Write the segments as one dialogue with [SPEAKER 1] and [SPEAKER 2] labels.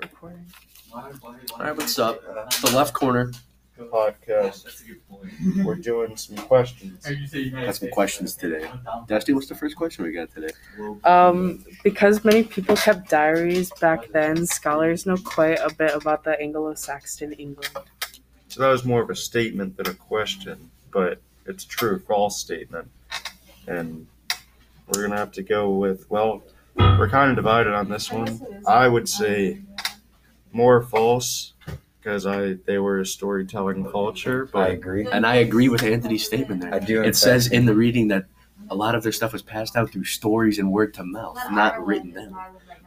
[SPEAKER 1] Start recording.
[SPEAKER 2] All right, what's up? The left corner.
[SPEAKER 3] podcast. We're doing some questions.
[SPEAKER 2] Got some questions today. Dusty, what's the first question we got today?
[SPEAKER 1] Um, because many people kept diaries back then, scholars know quite a bit about the Anglo-Saxon England.
[SPEAKER 3] So that was more of a statement than a question, but it's a true or false statement. And we're gonna have to go with well, we're kind of divided on this one. I would say more false because I they were a storytelling culture,
[SPEAKER 4] I
[SPEAKER 3] but
[SPEAKER 4] agree.
[SPEAKER 2] And I agree with Anthony's statement there.
[SPEAKER 4] I do. in
[SPEAKER 2] It
[SPEAKER 4] fact-
[SPEAKER 2] says in the reading that a lot of their stuff was passed out through stories and word to mouth, not written down.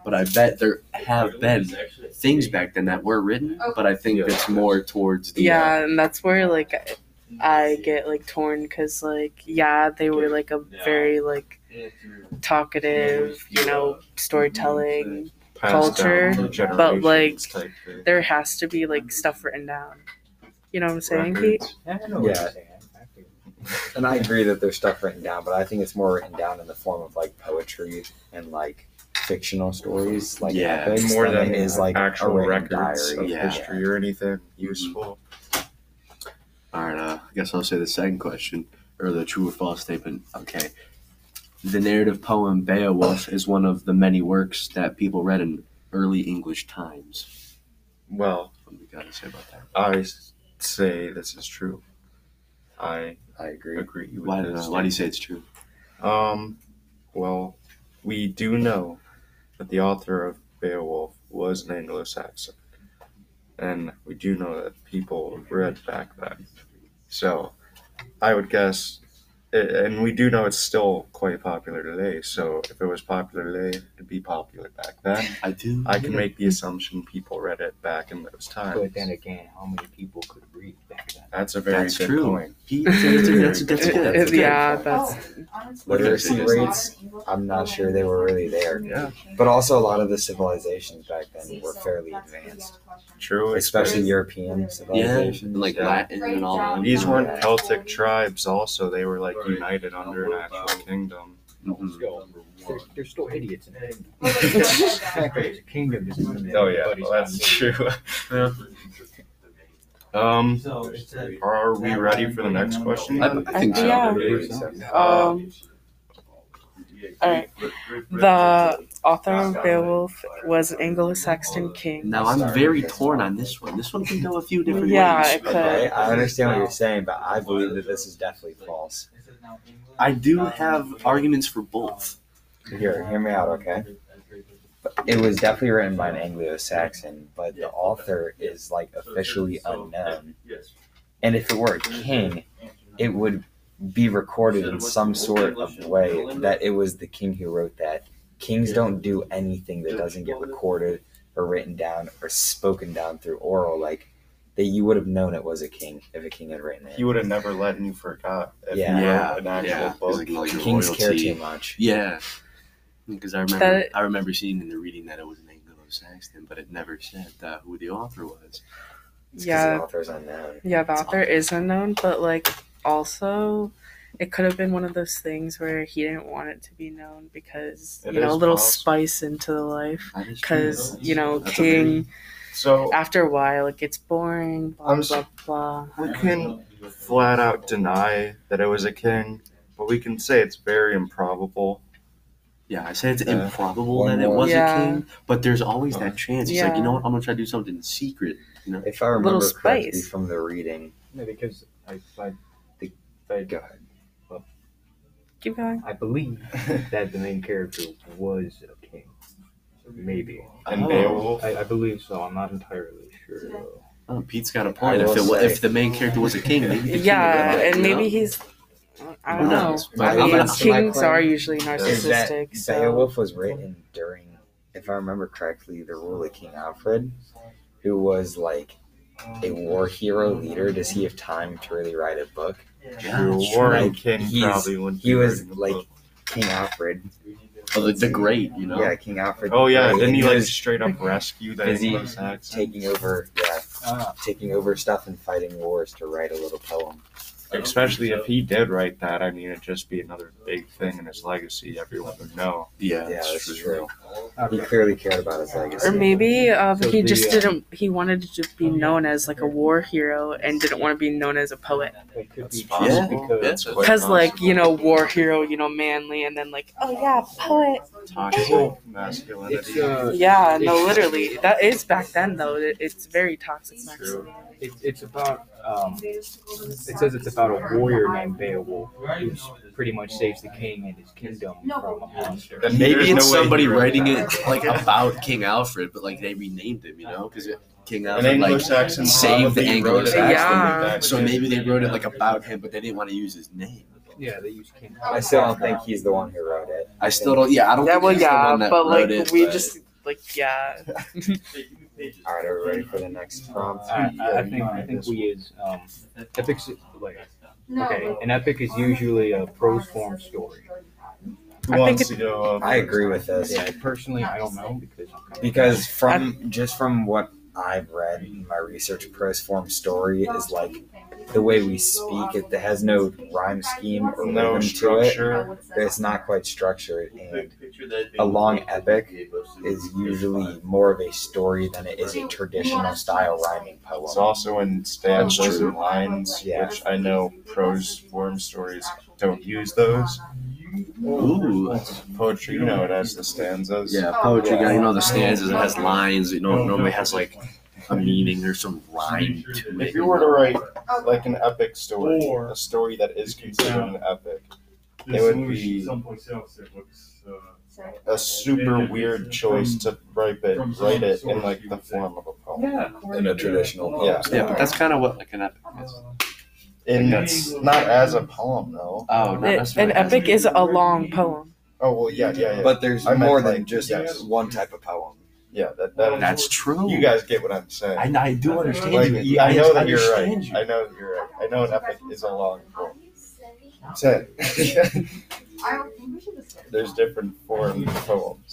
[SPEAKER 2] But I bet there have been things back then that were written, but I think it's more towards the. uh,
[SPEAKER 1] Yeah, and that's where like I get like torn because like yeah, they were like a very like talkative, you know, storytelling.
[SPEAKER 3] passed down
[SPEAKER 1] Culture,
[SPEAKER 3] through
[SPEAKER 1] but, like,
[SPEAKER 3] generations type thing.
[SPEAKER 1] There has to be like stuff written down. You know what I'm saying, Pete?
[SPEAKER 3] Records.
[SPEAKER 4] Yeah. And I agree that there's stuff written down, but I think it's more written down in the form of like poetry and like fictional stories, like
[SPEAKER 2] Yeah.
[SPEAKER 4] epics,
[SPEAKER 3] more
[SPEAKER 4] than
[SPEAKER 3] than
[SPEAKER 4] it is like
[SPEAKER 3] actual
[SPEAKER 4] a written
[SPEAKER 3] records
[SPEAKER 4] diary.
[SPEAKER 3] of
[SPEAKER 2] Yeah.
[SPEAKER 3] history or anything useful.
[SPEAKER 2] All right, uh, I guess I'll say the second question, or the true or false statement. Okay. The narrative poem Beowulf is one of the many works that people read in early English times.
[SPEAKER 3] Well,
[SPEAKER 2] What do we got to say about that?
[SPEAKER 3] I s- say this is true. I
[SPEAKER 4] I agree.
[SPEAKER 3] agree with
[SPEAKER 2] Why,
[SPEAKER 3] this.
[SPEAKER 2] uh, why do you say it's true?
[SPEAKER 3] Um, well, we do know that the author of Beowulf was an Anglo-Saxon, and we do know that people read back then. So, I would guess, a- and we do know it's still quite popular today. So, if it was popular today, it'd be popular back then.
[SPEAKER 2] I do.
[SPEAKER 3] I can make the assumption people read it back in those times.
[SPEAKER 5] But then again, how many people could read back then?
[SPEAKER 3] That's a very
[SPEAKER 2] That's
[SPEAKER 3] good
[SPEAKER 2] true.
[SPEAKER 3] point.
[SPEAKER 2] Pete, that's, that's, that's good.
[SPEAKER 1] It-
[SPEAKER 2] That's good.
[SPEAKER 1] yeah,
[SPEAKER 4] good.
[SPEAKER 1] that's
[SPEAKER 4] Literacy rates, I'm not sure they were really there.
[SPEAKER 3] Yeah.
[SPEAKER 4] But also, a lot of the civilizations back then were fairly advanced,
[SPEAKER 3] True,
[SPEAKER 4] especially
[SPEAKER 3] especially
[SPEAKER 4] European
[SPEAKER 2] Yeah,
[SPEAKER 4] civilizations.
[SPEAKER 2] and like
[SPEAKER 3] Yeah.
[SPEAKER 2] Latin and all that.
[SPEAKER 3] these weren't
[SPEAKER 4] Yeah.
[SPEAKER 3] Celtic tribes. Also, they were like
[SPEAKER 5] Right.
[SPEAKER 3] united under an actual kingdom.
[SPEAKER 2] Mhm.
[SPEAKER 5] They're, they're still idiots in the kingdom. There's a kingdom.
[SPEAKER 3] Oh yeah, well, that's true. um, are we ready for the next question?
[SPEAKER 2] I, I think so.
[SPEAKER 1] Yeah.
[SPEAKER 3] Uh,
[SPEAKER 1] um. All right. The author of Beowulf was an Anglo-Saxon king.
[SPEAKER 2] mm-hmm. Now I'm very torn on this one. This one can go a few different
[SPEAKER 1] Yeah,
[SPEAKER 2] ways.
[SPEAKER 1] it could.
[SPEAKER 4] Okay, I understand what you're saying, but I believe that this is definitely false.
[SPEAKER 2] I do have arguments for both.
[SPEAKER 4] Here, hear me out, okay? It was definitely written by an Anglo-Saxon, but the author is like officially
[SPEAKER 2] um,
[SPEAKER 4] unknown. And if it were a king, it would be recorded in some sort of way that it was the king who wrote that. Kings don't do anything that doesn't get recorded or written down or spoken down through oral. Like that, you would have known it was a king if a king had written
[SPEAKER 3] He
[SPEAKER 4] it.
[SPEAKER 3] would have never let you forgot. If
[SPEAKER 4] Yeah.
[SPEAKER 3] He wrote
[SPEAKER 2] Yeah,
[SPEAKER 3] an actual
[SPEAKER 2] yeah.
[SPEAKER 3] book.
[SPEAKER 2] Like, like
[SPEAKER 4] Kings care
[SPEAKER 2] royalty.
[SPEAKER 4] too much.
[SPEAKER 2] Yeah, because I remember
[SPEAKER 1] That-
[SPEAKER 2] I remember seeing in the reading that it was an Anglo-Saxon, but it never said uh, who the author was.
[SPEAKER 4] It's 'cause
[SPEAKER 1] Yeah.
[SPEAKER 4] the author's unknown.
[SPEAKER 1] Yeah, the
[SPEAKER 2] It's
[SPEAKER 1] author is unknown, but like also it could have been one of those things where he didn't want it to be known because
[SPEAKER 3] It
[SPEAKER 1] you know
[SPEAKER 3] is
[SPEAKER 1] a little
[SPEAKER 3] possible.
[SPEAKER 1] spice into the life
[SPEAKER 2] That is true.
[SPEAKER 1] because you know
[SPEAKER 2] That's a
[SPEAKER 1] king
[SPEAKER 3] So
[SPEAKER 1] after a while it gets boring blah
[SPEAKER 3] Oh. I'm s-
[SPEAKER 1] blah blah
[SPEAKER 3] we can flat out deny that it was a king, but we can say it's very improbable.
[SPEAKER 2] Yeah, I say it's
[SPEAKER 3] Yeah.
[SPEAKER 2] improbable
[SPEAKER 4] One
[SPEAKER 2] that it
[SPEAKER 4] more.
[SPEAKER 2] was
[SPEAKER 1] Yeah.
[SPEAKER 2] a king, but there's always that chance. It's like you
[SPEAKER 1] Yeah.
[SPEAKER 2] know what? I'm gonna try to do something secret.
[SPEAKER 4] If I remember
[SPEAKER 1] Little
[SPEAKER 4] correctly
[SPEAKER 1] spice.
[SPEAKER 4] from the reading,
[SPEAKER 5] No, because I, I,
[SPEAKER 4] The-
[SPEAKER 5] I,
[SPEAKER 4] go ahead.
[SPEAKER 1] keep going
[SPEAKER 5] I believe that the main character was a king. Maybe.
[SPEAKER 3] And
[SPEAKER 2] Oh.
[SPEAKER 3] Beowulf,
[SPEAKER 5] I, I believe so. I'm not entirely sure. though.
[SPEAKER 2] Oh, Pete's got a point. If
[SPEAKER 4] will
[SPEAKER 2] it wa-
[SPEAKER 4] say-
[SPEAKER 2] if the main character was a king, maybe the king
[SPEAKER 1] yeah
[SPEAKER 2] would have,
[SPEAKER 1] and
[SPEAKER 2] you know?
[SPEAKER 1] maybe he's I
[SPEAKER 2] Who
[SPEAKER 1] don't know
[SPEAKER 2] knows?
[SPEAKER 4] My-
[SPEAKER 1] I mean,
[SPEAKER 2] I'm not-
[SPEAKER 1] kings
[SPEAKER 4] my claim
[SPEAKER 1] are usually
[SPEAKER 4] is that
[SPEAKER 1] narcissistic so
[SPEAKER 4] Beowulf was written during, if I remember correctly, the rule of King Alfred, who was like a war hero leader. Does he have time to really write a book?
[SPEAKER 2] Yeah,
[SPEAKER 3] you
[SPEAKER 2] that's
[SPEAKER 3] were a
[SPEAKER 4] Like,
[SPEAKER 3] king
[SPEAKER 4] he's-
[SPEAKER 3] probably when
[SPEAKER 4] he was,
[SPEAKER 3] wrote the
[SPEAKER 4] like,
[SPEAKER 3] book.
[SPEAKER 4] King Alfred.
[SPEAKER 2] Oh, the, the great, you know.
[SPEAKER 4] Yeah, King Alfred.
[SPEAKER 3] Oh
[SPEAKER 4] the
[SPEAKER 3] yeah,
[SPEAKER 4] Great,
[SPEAKER 3] didn't
[SPEAKER 4] and
[SPEAKER 3] he like
[SPEAKER 4] was
[SPEAKER 3] straight up rescue that
[SPEAKER 4] Is he
[SPEAKER 3] Anglo-Saxon?
[SPEAKER 4] taking over? Yeah,
[SPEAKER 5] Ah,
[SPEAKER 2] Uh,
[SPEAKER 4] taking over stuff and fighting wars to write a little poem.
[SPEAKER 3] especially if he did write that, I mean, it'd just be another big thing in his legacy. Everyone would know.
[SPEAKER 2] Yeah,
[SPEAKER 4] Yeah,
[SPEAKER 2] that's
[SPEAKER 4] that's
[SPEAKER 2] true.
[SPEAKER 4] true. He
[SPEAKER 5] Okay.
[SPEAKER 4] clearly cared about his legacy.
[SPEAKER 1] Or maybe um,
[SPEAKER 5] So
[SPEAKER 1] he
[SPEAKER 5] the,
[SPEAKER 1] just
[SPEAKER 5] uh,
[SPEAKER 1] didn't. He wanted to just be known as like a war hero and didn't want to be known as a poet.
[SPEAKER 5] It could
[SPEAKER 3] That's
[SPEAKER 5] be
[SPEAKER 3] possible.
[SPEAKER 5] just because
[SPEAKER 2] That's quite
[SPEAKER 1] Because like you know,
[SPEAKER 2] possible.
[SPEAKER 1] war hero, you know, manly, and then like, oh yeah, poet.
[SPEAKER 2] toxic
[SPEAKER 5] it's
[SPEAKER 3] masculinity.
[SPEAKER 5] uh,
[SPEAKER 1] Yeah, no, literally, that is back then though. It, it's very toxic masculinity.
[SPEAKER 5] it's it's about um, it says it's about a warrior named Beowulf who pretty much saves the king and his kingdom from um, a monster.
[SPEAKER 3] Then
[SPEAKER 2] Maybe it's
[SPEAKER 3] there's no way he
[SPEAKER 2] somebody
[SPEAKER 3] wrote
[SPEAKER 2] writing
[SPEAKER 3] that.
[SPEAKER 2] it like about King Alfred, but like they renamed him, you know, because King
[SPEAKER 3] An
[SPEAKER 2] Alfred like
[SPEAKER 3] Anglo-Saxon
[SPEAKER 2] saved the
[SPEAKER 3] probably wrote it
[SPEAKER 2] Anglo-Saxon.
[SPEAKER 1] Yeah.
[SPEAKER 3] back
[SPEAKER 2] So
[SPEAKER 3] then.
[SPEAKER 2] maybe they wrote it like about him, but they didn't want to use his name.
[SPEAKER 5] Yeah, they use king.
[SPEAKER 4] I still don't think he's the one who wrote it.
[SPEAKER 2] I still don't. Yeah, I don't.
[SPEAKER 1] Yeah,
[SPEAKER 2] think
[SPEAKER 1] well,
[SPEAKER 2] he's the
[SPEAKER 1] yeah,
[SPEAKER 2] one that
[SPEAKER 1] but like
[SPEAKER 2] wrote it,
[SPEAKER 1] we
[SPEAKER 2] but-
[SPEAKER 1] just like yeah.
[SPEAKER 4] All right, are we ready for the next
[SPEAKER 2] Uh,
[SPEAKER 4] prompt?
[SPEAKER 5] I, I, I think I think we is um, epics like okay. An epic is usually a prose form story.
[SPEAKER 3] Who
[SPEAKER 1] I think
[SPEAKER 3] wants
[SPEAKER 1] it-
[SPEAKER 3] to go? up
[SPEAKER 4] I agree with
[SPEAKER 5] Yeah,
[SPEAKER 4] this
[SPEAKER 5] personally, I don't know because I'm kind of-
[SPEAKER 4] because from just from what I've read in my research, prose form story is like the way we speak. It has no rhyme scheme or
[SPEAKER 3] No
[SPEAKER 4] rhythm to it.
[SPEAKER 3] structure.
[SPEAKER 4] It's not quite structured, and a long epic is usually more of a story than it is a traditional style rhyming
[SPEAKER 3] It's
[SPEAKER 4] poem.
[SPEAKER 3] also in stanzas and lines,
[SPEAKER 4] Yeah.
[SPEAKER 3] which I know prose form stories don't use those.
[SPEAKER 2] Ooh.
[SPEAKER 3] Poetry, you know, it has the stanzas.
[SPEAKER 2] Yeah, poetry.
[SPEAKER 4] Yeah.
[SPEAKER 2] You know the stanzas. It has lines. It nor- normally has like a meaning or some rhyme to it.
[SPEAKER 3] If you were to write
[SPEAKER 6] Like,
[SPEAKER 3] like an epic story,
[SPEAKER 7] Or-
[SPEAKER 3] a story that is considered an epic,
[SPEAKER 7] It would be.
[SPEAKER 3] a super weird choice to write it, write it in like the form of a poem.
[SPEAKER 2] yeah,
[SPEAKER 4] In a traditional
[SPEAKER 3] Yeah.
[SPEAKER 2] yeah, but that's kind of what like an epic is.
[SPEAKER 3] And it's not as a poem though.
[SPEAKER 2] Oh,
[SPEAKER 1] It-
[SPEAKER 2] not
[SPEAKER 1] an
[SPEAKER 2] necessarily as a-
[SPEAKER 1] epic is a long poem.
[SPEAKER 3] Oh well, yeah, yeah, yeah.
[SPEAKER 4] But there's
[SPEAKER 3] I meant
[SPEAKER 4] more than
[SPEAKER 3] like-
[SPEAKER 4] just
[SPEAKER 3] yeah.
[SPEAKER 4] one type of poem.
[SPEAKER 3] yeah, that, that
[SPEAKER 2] That's true.
[SPEAKER 3] you guys get what I'm saying.
[SPEAKER 2] I, I do understand
[SPEAKER 3] Like,
[SPEAKER 2] you. you.
[SPEAKER 3] I know that you're right.
[SPEAKER 2] understand
[SPEAKER 3] I know that you're right. I know an epic is a long poem. That's
[SPEAKER 6] So,
[SPEAKER 3] it.
[SPEAKER 6] there's
[SPEAKER 3] There's different forms of poems.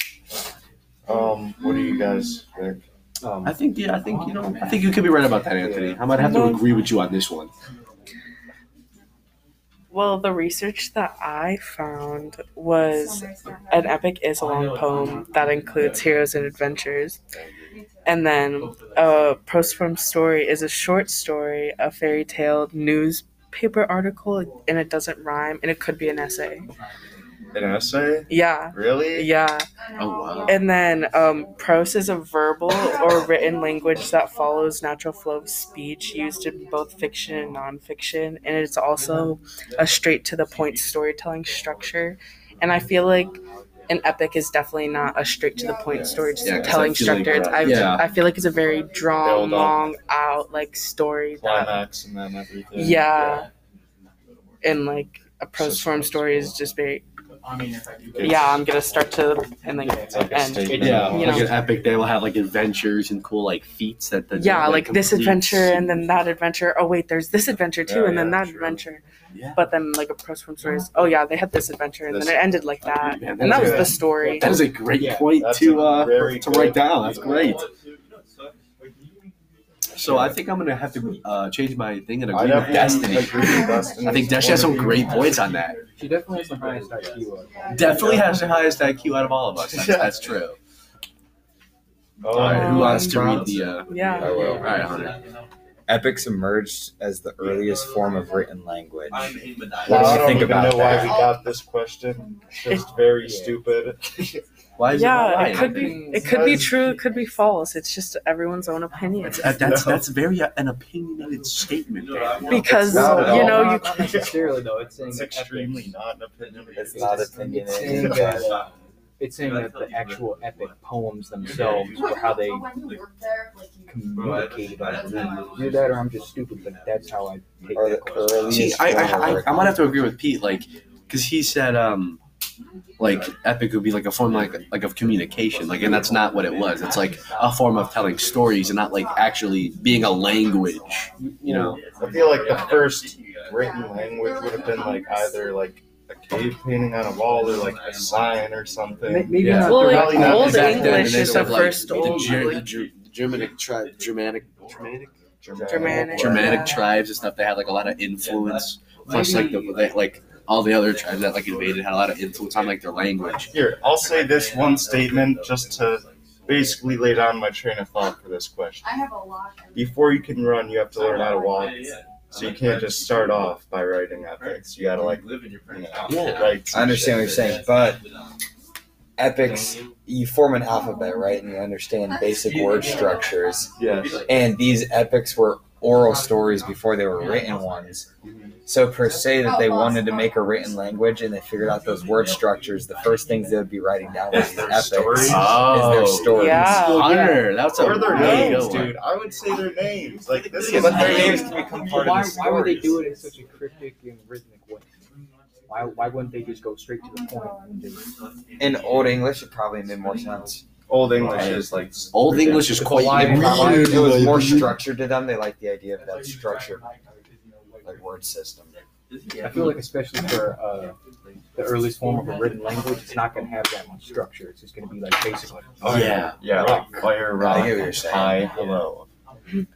[SPEAKER 3] Um, what do you guys think?
[SPEAKER 5] um,
[SPEAKER 2] You. I think yeah. I think you know. I think you could be right about that, Anthony. I might have to agree with you on this one.
[SPEAKER 1] Well, the research that I found was an epic is a long poem that includes heroes and adventures. And uh, then a prose form story is a short story, a fairy tale, newspaper article, and it doesn't rhyme, and it could be an essay.
[SPEAKER 3] An essay?
[SPEAKER 1] Yeah,
[SPEAKER 3] Really?
[SPEAKER 1] yeah.
[SPEAKER 2] Oh, wow.
[SPEAKER 1] And then um, prose is a verbal or written language that follows natural flow of speech used in both fiction and nonfiction. And it's also a straight to the point storytelling structure. And I feel like an epic is definitely not a straight to the point
[SPEAKER 2] Yeah, 'cause I
[SPEAKER 1] storytelling
[SPEAKER 2] feel like
[SPEAKER 1] structure. It's, I,
[SPEAKER 2] Yeah.
[SPEAKER 1] I feel like it's a very drawn,
[SPEAKER 3] Build up.
[SPEAKER 1] long out like story that,
[SPEAKER 3] Climax and then everything.
[SPEAKER 1] yeah. And like a prose
[SPEAKER 3] Such
[SPEAKER 1] form
[SPEAKER 3] prose
[SPEAKER 1] story is
[SPEAKER 3] form.
[SPEAKER 1] just very,
[SPEAKER 7] I mean, if I do.
[SPEAKER 3] It's-
[SPEAKER 1] yeah, I'm gonna start to and like
[SPEAKER 3] It's like a
[SPEAKER 1] end.
[SPEAKER 3] statement.
[SPEAKER 2] Yeah,
[SPEAKER 1] You
[SPEAKER 2] like
[SPEAKER 1] know.
[SPEAKER 2] an epic. They will have like adventures and cool like feats that. that
[SPEAKER 1] yeah, like, this
[SPEAKER 2] completes.
[SPEAKER 1] adventure and then that adventure. Oh wait, there's this adventure too,
[SPEAKER 3] Yeah,
[SPEAKER 1] and then
[SPEAKER 3] yeah,
[SPEAKER 1] that
[SPEAKER 3] true.
[SPEAKER 1] adventure.
[SPEAKER 2] Yeah.
[SPEAKER 1] But then like a press from stories. Oh yeah, they had this adventure, and
[SPEAKER 3] This-
[SPEAKER 1] then it ended like that,
[SPEAKER 2] Oh, Man,
[SPEAKER 1] and that was
[SPEAKER 3] yeah.
[SPEAKER 1] the story.
[SPEAKER 2] That is a great
[SPEAKER 5] Yeah,
[SPEAKER 2] point
[SPEAKER 3] that's
[SPEAKER 2] to
[SPEAKER 3] a
[SPEAKER 2] uh,
[SPEAKER 3] very
[SPEAKER 2] to write
[SPEAKER 3] good-
[SPEAKER 2] down. That's great. So I
[SPEAKER 3] Yeah.
[SPEAKER 2] think I'm gonna have to uh, change my thing and
[SPEAKER 3] I
[SPEAKER 2] agree with
[SPEAKER 3] definitely
[SPEAKER 2] Destiny.
[SPEAKER 3] agree with Destiny.
[SPEAKER 2] I think Destiny has some great points on that.
[SPEAKER 5] she definitely has the highest IQ. Of
[SPEAKER 2] Definitely has the highest IQ out of all of us. That's,
[SPEAKER 3] Yeah.
[SPEAKER 2] that's true.
[SPEAKER 3] Oh,
[SPEAKER 2] All right, who
[SPEAKER 1] Um,
[SPEAKER 2] wants to read the? Uh,
[SPEAKER 1] yeah.
[SPEAKER 4] I will.
[SPEAKER 2] All right, Hunter.
[SPEAKER 4] Epics emerged as the earliest form of written language.
[SPEAKER 3] Well,
[SPEAKER 4] What do
[SPEAKER 3] I
[SPEAKER 4] you
[SPEAKER 3] don't
[SPEAKER 4] think
[SPEAKER 3] even
[SPEAKER 4] about
[SPEAKER 3] know why
[SPEAKER 4] that?
[SPEAKER 3] we got this question. It's just very stupid.
[SPEAKER 2] Why is it,
[SPEAKER 1] Yeah,
[SPEAKER 2] why,
[SPEAKER 1] it could be
[SPEAKER 2] Anthony?
[SPEAKER 1] it could be true, it could be false. It's just everyone's own opinion.
[SPEAKER 2] That's uh, that's, that's very uh, an opinionated statement. there.
[SPEAKER 1] Because
[SPEAKER 4] Not at
[SPEAKER 1] you
[SPEAKER 4] all.
[SPEAKER 1] know you
[SPEAKER 5] not necessarily though. It's saying
[SPEAKER 3] It's
[SPEAKER 5] that
[SPEAKER 3] extremely
[SPEAKER 5] epics-
[SPEAKER 3] not an opinion.
[SPEAKER 4] It's not
[SPEAKER 5] It's
[SPEAKER 4] opinionated.
[SPEAKER 5] saying
[SPEAKER 4] but-
[SPEAKER 5] that, it's saying that the actual epic poems themselves
[SPEAKER 6] so
[SPEAKER 5] were how they
[SPEAKER 7] communicated
[SPEAKER 5] communicated
[SPEAKER 7] on
[SPEAKER 5] on
[SPEAKER 7] it.
[SPEAKER 5] Do that or I'm just stupid, but that's how I take
[SPEAKER 4] Or the
[SPEAKER 5] that question.
[SPEAKER 4] earliest
[SPEAKER 2] See, I, I,
[SPEAKER 4] form of
[SPEAKER 2] I, I
[SPEAKER 4] written
[SPEAKER 2] might have to agree with Pete, like, because he said, um, like, epic would be like a form like like of communication, like, and that's not what it was. It's like a form of telling stories, and not like actually being a language. You know,
[SPEAKER 3] I feel like the first written language would have been like either like a cave painting on a wall or like a sign or
[SPEAKER 5] May-
[SPEAKER 3] something.
[SPEAKER 5] Maybe
[SPEAKER 2] Yeah.
[SPEAKER 5] not
[SPEAKER 1] Well,
[SPEAKER 5] the
[SPEAKER 1] like,
[SPEAKER 5] right-
[SPEAKER 3] Probably not
[SPEAKER 1] Old
[SPEAKER 3] back then,
[SPEAKER 1] English
[SPEAKER 3] they
[SPEAKER 1] is
[SPEAKER 3] would
[SPEAKER 1] the
[SPEAKER 3] have, like,
[SPEAKER 1] first old-
[SPEAKER 2] the, Ger- the Ger- Germanic tri- Germanic Germanic
[SPEAKER 1] Germanic.
[SPEAKER 2] Germanic
[SPEAKER 1] Yeah.
[SPEAKER 2] tribes and stuff. They had like a lot of influence Plus, like the they, like all the other tribes that like invaded had a lot of influence on like their language.
[SPEAKER 3] Here, I'll say this one statement just to basically lay down my train of thought for this question.
[SPEAKER 6] I have a lot.
[SPEAKER 3] Before you can run, you have to learn how to walk. So you can't just start off by writing epics. You gotta like, you know,
[SPEAKER 2] Yeah.
[SPEAKER 3] write.
[SPEAKER 4] I
[SPEAKER 3] some
[SPEAKER 4] understand what
[SPEAKER 3] shit.
[SPEAKER 4] you're saying, but epics, you form an alphabet, right? And you understand basic word structures.
[SPEAKER 6] Oh
[SPEAKER 3] Yes.
[SPEAKER 4] And these epics were oral stories before they were written ones. So per se that they wanted to make a written language and they figured out those word structures, the first things they would be writing down were
[SPEAKER 3] Is
[SPEAKER 4] these
[SPEAKER 3] there
[SPEAKER 4] epics.
[SPEAKER 3] stories?
[SPEAKER 4] Is
[SPEAKER 2] Oh,
[SPEAKER 4] their stories.
[SPEAKER 1] Yeah.
[SPEAKER 2] Hunter, that's a
[SPEAKER 3] Or their
[SPEAKER 2] really
[SPEAKER 3] names,
[SPEAKER 2] good one.
[SPEAKER 3] dude. I would say their names. Like this
[SPEAKER 4] Yeah,
[SPEAKER 3] is
[SPEAKER 4] but their
[SPEAKER 3] great.
[SPEAKER 4] names can become part of
[SPEAKER 5] why,
[SPEAKER 4] the
[SPEAKER 5] why would they do
[SPEAKER 4] stories.
[SPEAKER 5] it in such a cryptic and rhythmic way? Why, why wouldn't they just go straight to the point? and just-
[SPEAKER 4] In Old English, it probably made more sense.
[SPEAKER 3] Old English is like
[SPEAKER 2] Old English is quite
[SPEAKER 4] It
[SPEAKER 2] unique.
[SPEAKER 4] probably- it was more structured to them. They liked the idea of that structure, like word system.
[SPEAKER 5] I feel like especially for uh, the earliest form of a written language, it's not going to have that much structure. It's just going to be like basically.
[SPEAKER 3] Oh,
[SPEAKER 2] yeah.
[SPEAKER 3] yeah, like fire rock.
[SPEAKER 4] I get what you're saying.
[SPEAKER 3] Hi, hello.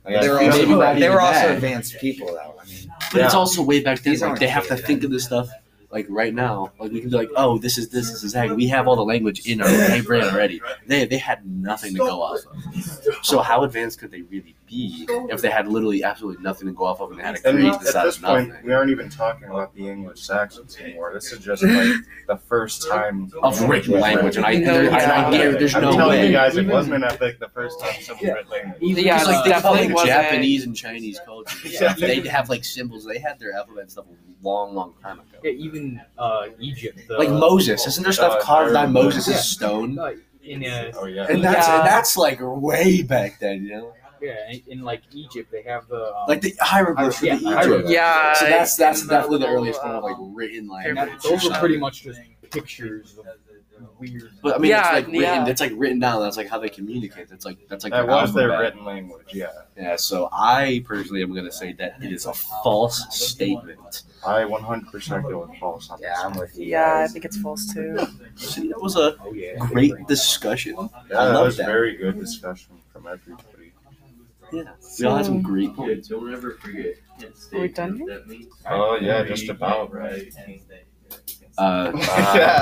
[SPEAKER 3] Like, I
[SPEAKER 4] They were
[SPEAKER 3] feel
[SPEAKER 2] also-
[SPEAKER 3] like-
[SPEAKER 2] not
[SPEAKER 4] they
[SPEAKER 2] even
[SPEAKER 4] were also
[SPEAKER 2] bad.
[SPEAKER 4] advanced people, though. I mean,
[SPEAKER 2] But it's also way back then.
[SPEAKER 4] These
[SPEAKER 2] Like
[SPEAKER 4] aren't
[SPEAKER 2] they have to
[SPEAKER 4] creative.
[SPEAKER 2] think of this stuff like right now. Like we can be like, oh, this is this, this is that. We have all the language in our hey, brain already. They they had nothing to go off of. So how advanced could they really be if they had literally absolutely nothing to go off of and they had to
[SPEAKER 3] And
[SPEAKER 2] create
[SPEAKER 3] at
[SPEAKER 2] this out
[SPEAKER 3] this
[SPEAKER 2] of nothing?
[SPEAKER 3] point, we aren't even talking about the English Saxons anymore. This is just like the first time
[SPEAKER 2] of written
[SPEAKER 3] Yeah.
[SPEAKER 2] language, and I,
[SPEAKER 1] No,
[SPEAKER 2] there, I, I
[SPEAKER 1] yeah.
[SPEAKER 2] get, there's
[SPEAKER 3] I'm
[SPEAKER 2] no
[SPEAKER 3] telling
[SPEAKER 2] way.
[SPEAKER 3] you guys, it
[SPEAKER 5] Even-
[SPEAKER 3] wasn't an epic the first time someone
[SPEAKER 5] Yeah.
[SPEAKER 3] read language.
[SPEAKER 5] Even
[SPEAKER 1] Yeah,
[SPEAKER 2] Because, like
[SPEAKER 1] uh,
[SPEAKER 2] they have
[SPEAKER 1] definitely
[SPEAKER 2] like
[SPEAKER 1] wasn't-
[SPEAKER 2] Japanese and Chinese culture.
[SPEAKER 3] Yeah.
[SPEAKER 2] They have like symbols. They had their alphabet and stuff a long, long time ago.
[SPEAKER 5] Yeah, even uh, Egypt. The,
[SPEAKER 2] Like Moses, isn't there stuff
[SPEAKER 3] Uh,
[SPEAKER 2] carved on Moses'
[SPEAKER 5] yeah.
[SPEAKER 2] stone?
[SPEAKER 5] uh, in uh,
[SPEAKER 3] Oh yeah.
[SPEAKER 2] And that's
[SPEAKER 1] Yeah.
[SPEAKER 2] and that's like way back then, you know.
[SPEAKER 5] yeah, in- in like Egypt, they have the um,
[SPEAKER 2] Like the hieroglyphs for
[SPEAKER 5] Yeah,
[SPEAKER 2] the Egypt.
[SPEAKER 5] hieroglyphs.
[SPEAKER 1] Yeah.
[SPEAKER 2] So that's that's
[SPEAKER 1] and the
[SPEAKER 2] definitely the
[SPEAKER 1] little,
[SPEAKER 2] earliest form of like
[SPEAKER 1] uh,
[SPEAKER 2] written
[SPEAKER 5] and
[SPEAKER 2] language.
[SPEAKER 5] that-
[SPEAKER 1] pyramids
[SPEAKER 2] or
[SPEAKER 5] those are
[SPEAKER 2] something.
[SPEAKER 5] pretty much just pictures of weird.
[SPEAKER 2] But I mean,
[SPEAKER 1] Yeah,
[SPEAKER 2] it's like written.
[SPEAKER 1] yeah.
[SPEAKER 2] It's like written down. That's like how they communicate. That's like that's like
[SPEAKER 3] That
[SPEAKER 2] their
[SPEAKER 3] was their
[SPEAKER 2] alphabet.
[SPEAKER 3] written language, yeah.
[SPEAKER 2] Yeah. So I personally am gonna say that it is a false statement.
[SPEAKER 3] I 100% go with false on
[SPEAKER 4] yeah,
[SPEAKER 3] this.
[SPEAKER 4] I'm with you.
[SPEAKER 1] Yeah, I
[SPEAKER 4] guys.
[SPEAKER 1] think it's false too.
[SPEAKER 2] See, that was a
[SPEAKER 5] oh yeah,
[SPEAKER 2] great discussion.
[SPEAKER 3] Yeah,
[SPEAKER 2] I
[SPEAKER 3] that
[SPEAKER 2] love
[SPEAKER 3] was
[SPEAKER 2] that.
[SPEAKER 3] very good discussion from everybody.
[SPEAKER 2] Yeah. We all had some great points.
[SPEAKER 7] Don't ever forget.
[SPEAKER 1] Are we done here?
[SPEAKER 3] Oh yeah, just about right.
[SPEAKER 2] Uh,
[SPEAKER 3] Yeah.